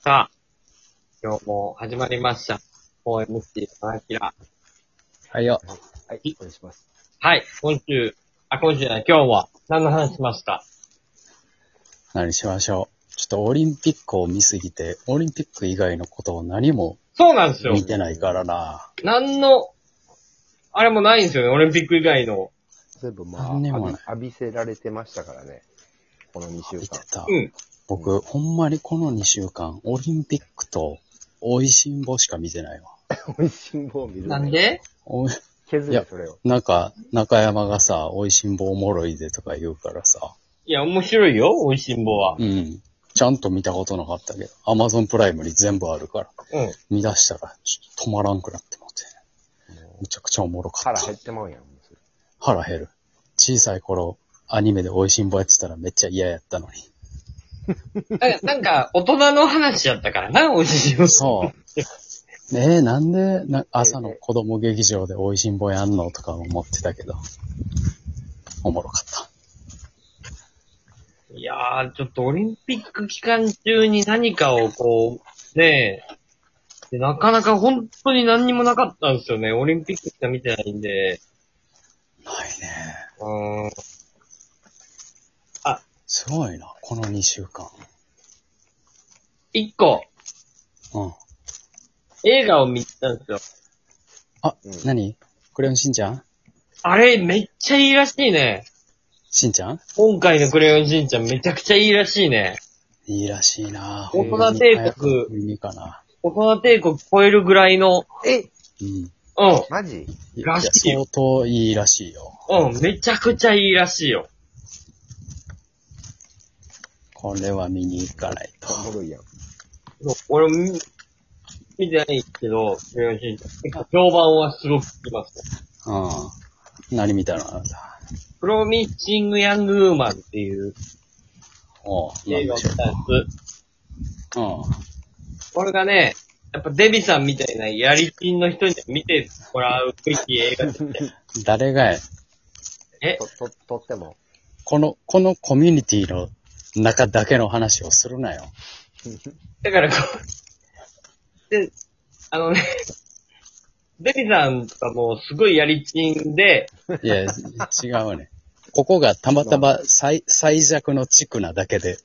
さあ、今日も始まりました。OMC のあきら。はいよ。はい、お願いします。はい、今週、あ、今週じゃない、今日は何の話しました何しましょう。ちょっとオリンピックを見すぎて、オリンピック以外のことを何もそうなんですよ。見てないからな。何の、あれもないんですよね、オリンピック以外の。全部まあ、何にもない浴び浴びせられてましたからね。この2週見て間。た。うん。僕、ほんまにこの2週間、オリンピックと、美味しんぼしか見てないわ。美味しんぼを見る、ね。なんでおい削いやるそれを。なんか、中山がさ、美味しんぼおもろいでとか言うからさ。いや、面白いよ、美味しんぼは。うん。ちゃんと見たことなかったけど、アマゾンプライムに全部あるから、うん。見出したら、ちょっと止まらんくなって思って。むちゃくちゃおもろかっ腹た。減ってまうやん。腹減る。小さい頃、アニメで美味しんぼやってたらめっちゃ嫌やったのに。なんか、なんか大人の話やったからな、美味しんぼ。そう。 ねえ、なんでな朝の子供劇場で美味しんぼやんのとか思ってたけど、おもろかった。いやー、ちょっとオリンピック期間中に何かをこう、ねえ、でなかなか本当に何にもなかったんですよね。オリンピックしか見てないんで。ないね。うーん。すごいな、この2週間。一個、うん。映画を見たんですよ。あ、うん何クレヨンしんちゃんあれ、めっちゃいいらしいね。しんちゃん今回のクレヨンしんちゃんめちゃくちゃいいらしいね。いいらしいな大人帝国耳かな。大人帝国超えるぐらいの、えうん。うマジらしいよや相当いいらしいよ。ん、うん、めちゃくちゃいいらしいよ。これは見に行かないと。おもろいやん。そう俺も見見てないけど、クレヨンしんちゃん。結構評判はすごく聞きます。うん。何見たのあなた。プロミッシング・ヤング・ウーマンっていうおう、なん映画をで見しょうたやつ。うん。これがね、やっぱデビさんみたいなやりきんの人に見てもらうべき映画ですね。誰がや、えと、と、とっても。 この、このコミュニティの中だけの話をするなよ。だからこう、で、あのね、デビさんとかもうすごいやりきんで、いや、違うね。ここがたまたま最、最弱の地区なだけで、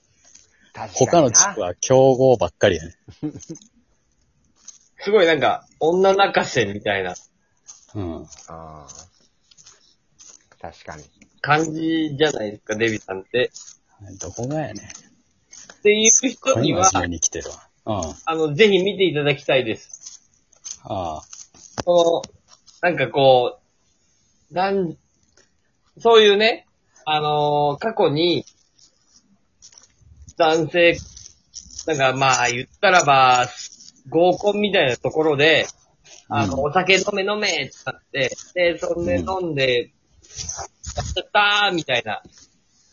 確他の地区は競合ばっかりやね。すごいなんか、女泣かせみたいなうん。ああ。確かに。感じじゃないですか、デビさんって。どこがやね。っていう人に今は真、面目に来てるわ。うん。ああの、ぜひ見ていただきたいです。あ。この、なんかこう、なん、そういうね、あのー過去に、男性、なんかまあ言ったらば、合コンみたいなところで、あの、うんお酒飲め飲めってなって、で、そんでう飲んで、やっちゃったーみたいな。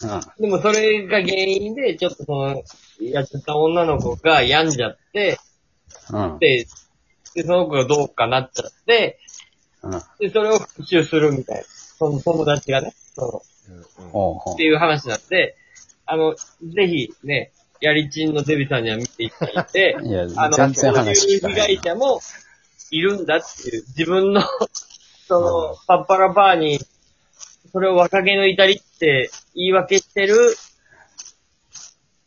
うん。でもそれが原因で、ちょっとその、やっちゃった女の子が病んじゃって、うん。で、でその子がどうかなっちゃって、うん。で、それを復讐するみたいな。その友達がね、そうんうん、おうほ、の、っていう話になって、あの、ぜひね、やりちんのデビさんには見ていただいて う。いや、あの、全然そうい話う聞か被な害い。者もいるんだっていう、自分の、 そのうん、パッパラパーに、それを若気の至りって言い訳してる、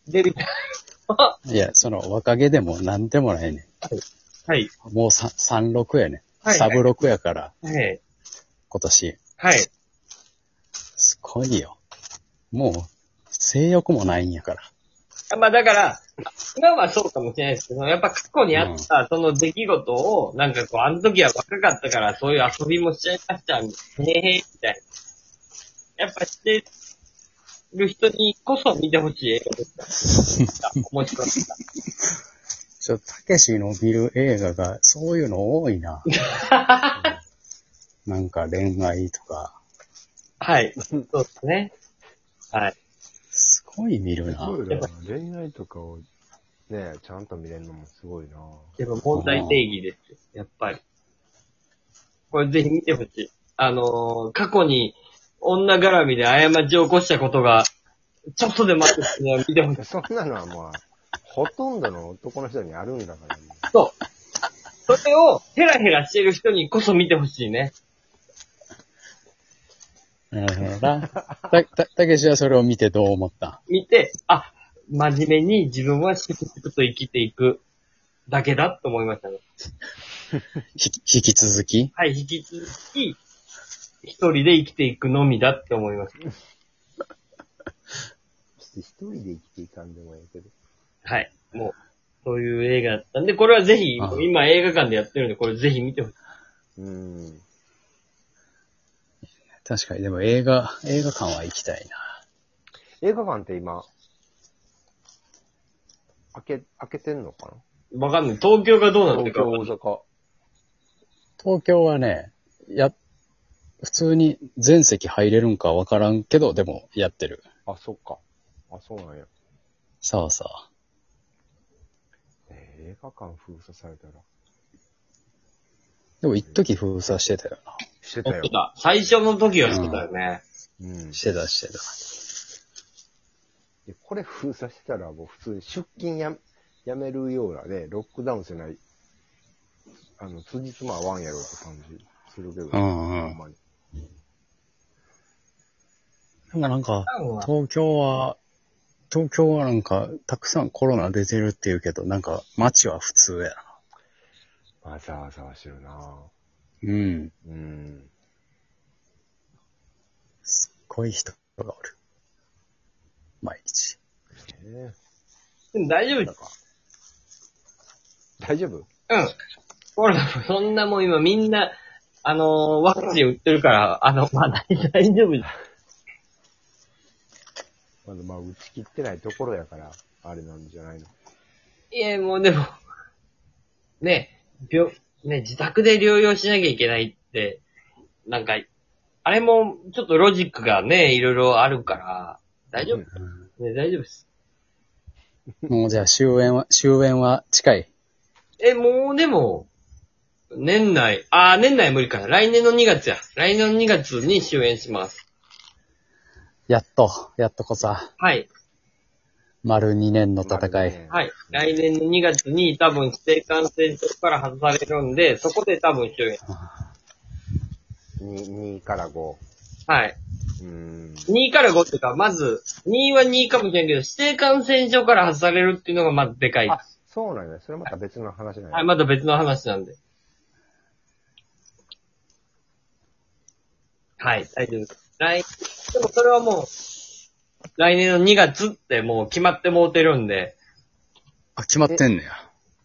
デビさんは、いや、その若気でも何でもないね。はい、もうさ三六やね。はいサブ六やから、はい、今年。はい。すごいよ。もう、性欲もないんやから。まあだから、今はそうかもしれないですけど、やっぱ過去にあったその出来事を、なんかこう、あの時は若かったからそういう遊びもしちゃいました、へえへえ、みたいな。やっぱしてる人にこそ見てほしい映画でした。面白かった。ちょ、たけしの見る映画が、そういうの多い な。なんか恋愛とか、はい。そうですね。はい。すごい見るな。そうだな。恋愛とかを、ねちゃんと見れるのもすごいな。やっぱ問題定義ですよ。やっぱり。これぜひ見てほしい。あのー過去に女絡みで過ちを起こしたことが、ちょっとでもあった人には見てほしい。そんなのはまあ、ほとんどの男の人にあるんだから、ね。そう。それをヘラヘラしてる人にこそ見てほしいね。なるほどな。た、た、たけしはそれを見てどう思った見て、あ、真面目に自分は粛々と生きていくだけだと思いましたね。ひ引き続きはい、引き続き、一人で生きていくのみだって思いました。一人で生きていかんでもええけど。はい。もう、そういう映画だったんで、これはぜひあ、あ今映画館でやってるんで、これぜひ見てほしい。うん。確かに、でも映画、映画館は行きたい映画館って今、開け、開けてんのかわかんない。東京がどうななって東るか京、わかんない。大阪。な。東京はね、や、普通に全席入れるんかわからんけど、でもやってる。あ、そっか。あ、そうなんや。さあさあ。えー映画館封鎖されたら。でも一時封鎖してたよな。してやってた。最初の時はしてたよね。うん。してたしてた。でこれ封鎖してたらもう普通に出勤ややめるようなね、ロックダウンせない、あの、辻褄合わんやろって感じするけど、うんうんほんまに。でもなんか、うんは東京は、東京はなんか、たくさんコロナ出てるって言うけど、なんか、街は普通やな。わざわざわしてるなぁ。うん。うん。すっごい人がおる。毎日。えでも大丈え夫なんか。大丈夫うん。コロナもそんなもん今みんな、あのーワクチン打ってるから、あの、まあ、大大丈夫だ。まだまあ、打ち切ってないところやから、あれなんじゃないの。いや、もうでも、ね、病、ね、自宅で療養しなきゃいけないって、なんか、あれも、ちょっとロジックがね、いろいろあるから、大丈夫、ね、大丈夫です。もうじゃあ終焉は、終焉は近い。え、もうでも、年内、あー、年内無理かな。来年の2月や。来年の2月に終演します。やっと、やっとこさ、はい。丸2年の戦い。ねはい。来年の2月に多分指定感染症から外されるんで、そこで多分終演。 2, 2から5。はい。うん。 2から5っていうか、まず、2は2かもしれんけど、指定感染症から外されるっていうのがまずでかい。あは、そうなんや。それまた別の話なんや。い、まだ別の話なんで。はい、大丈夫です。来、でもそれはもう、来年の2月ってもう決まってもうてるんで、あ、決まってんねや。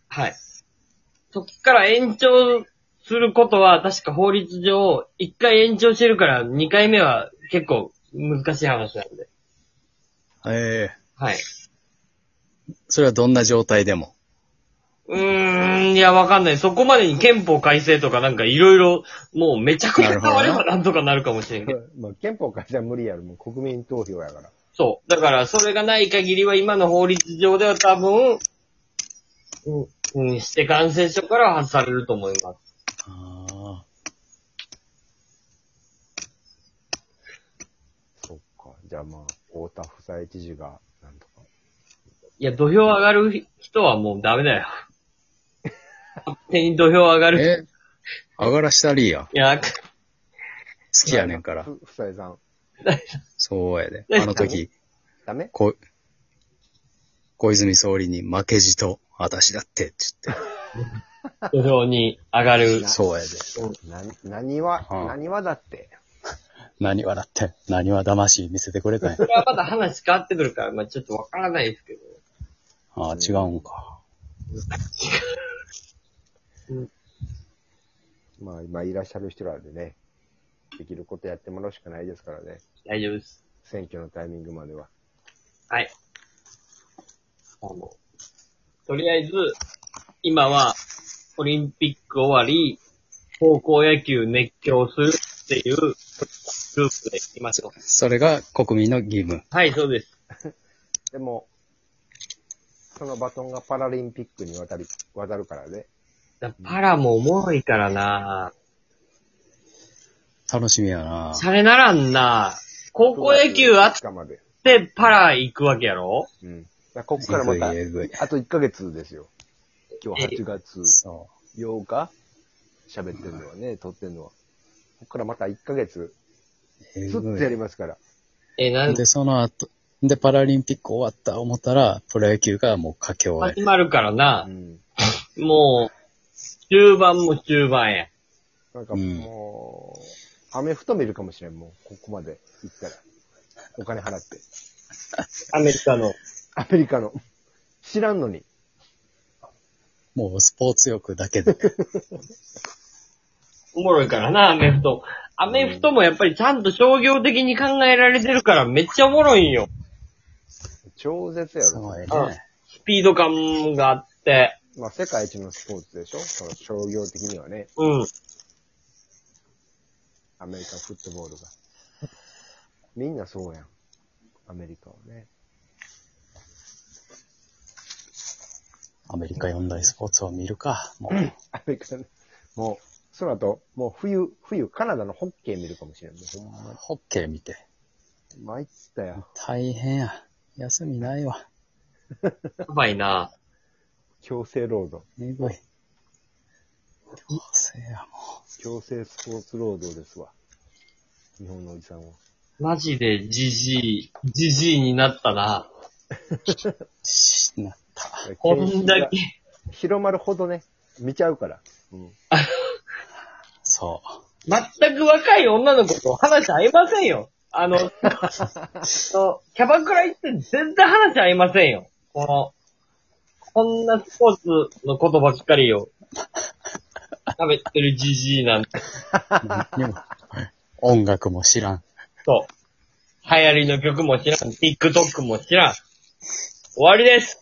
はい。そっから延長することは、確か法律上、1回延長してるから、2回目は結構難しい話なんで。ええはい。それはどんな状態でも。うーん、いや、わかんない。そこまでに憲法改正とかなんかいろいろ、もうめちゃくちゃ変わればなんとかなるかもしれんけど。まあ、憲法改正は無理やろ。もう国民投票やから。そう。だから、それがない限りは今の法律上では多分、うん、うん、して感染症からは外されると思います。ああ。そっか。じゃあまあ、太田夫妻知事が、なんとか。いや、土俵上がる人はもうダメだよ。勝手に土俵上がる。え上がらしたりや。いや、好きやねんから。ふ夫妻さん、そうやで。えあの時、ダメこ、小泉総理に負けじと、私だって、って言って。土俵に上がる。そうやで。な、何は、うん何はだって。何笑って、何は魂見せてくれたんやそ。れはまだ話変わってくるから、まあちょっとわからないですけど。ああ、違うんか。まあ、今いらっしゃる人らでね、できることやってもらうしかないですからね。大丈夫です。選挙のタイミングまでは。はい。あの、とりあえず、今は、オリンピック終わり、高校野球熱狂するっていう、グループでいきましょう。それが国民の義務。はい、そうです。でも、そのバトンがパラリンピックに渡り、渡るからね。だパラもおもろいからな楽しみやなシャレならんな高校野球あっ9月5日まで。てパラ行くわけやろうん。や、こっからまた、えぐいえぐいあと1ヶ月ですよ。今日8月そ8日喋ってるのはね、撮ってるのは。こっからまた1ヶ月、う。えずっぐとやりい。ますから。え、なんでで、その後、で、パラリンピック終わった思ったら、プロ野球がもう佳境へ始。まるからなう。ん。もう、中盤も中盤や。なんかもう、アメフト見るかもしれん、もう、ここまで行ったら。お金払って。アメリカの。アメリカの。知らんのに。もうスポーツ欲だ けで。おもろいからな、アメフト。アメフトもやっぱりちゃんと商業的に考えられてるからめっちゃおもろいんよ。超絶やすろ。ごいね。スピード感があって。まあ、世界一のスポーツでしょその商業的にはね、うん。アメリカンフットボールが。みんなそうやん。アメリカはね。アメリカ四大スポーツを見るか。もう、アメリカね。もう、その後、もう冬、冬、カナダのホッケー見るかもしれん。もうほんまホッケー見て。に。参ったよ。大変や。休みないわ。やばいな。強制労働。えぐい。どうせや、も強制スポーツ労働ですわ。日本のおじさんは。マジでジジイ、ジジイになったな。う、しなった。こんだけ。広まるほどね、見ちゃうから。うん。そ全く若い女の子と話合いませんよ。あの、そうキャバクラ行って全然話合いませんよ。この、こんなスポーツのことばっかりを食べてるジジイなんて、う。でも、音楽も知らん。そう。流行りの曲も知らん、TikTok も知らん。終わりです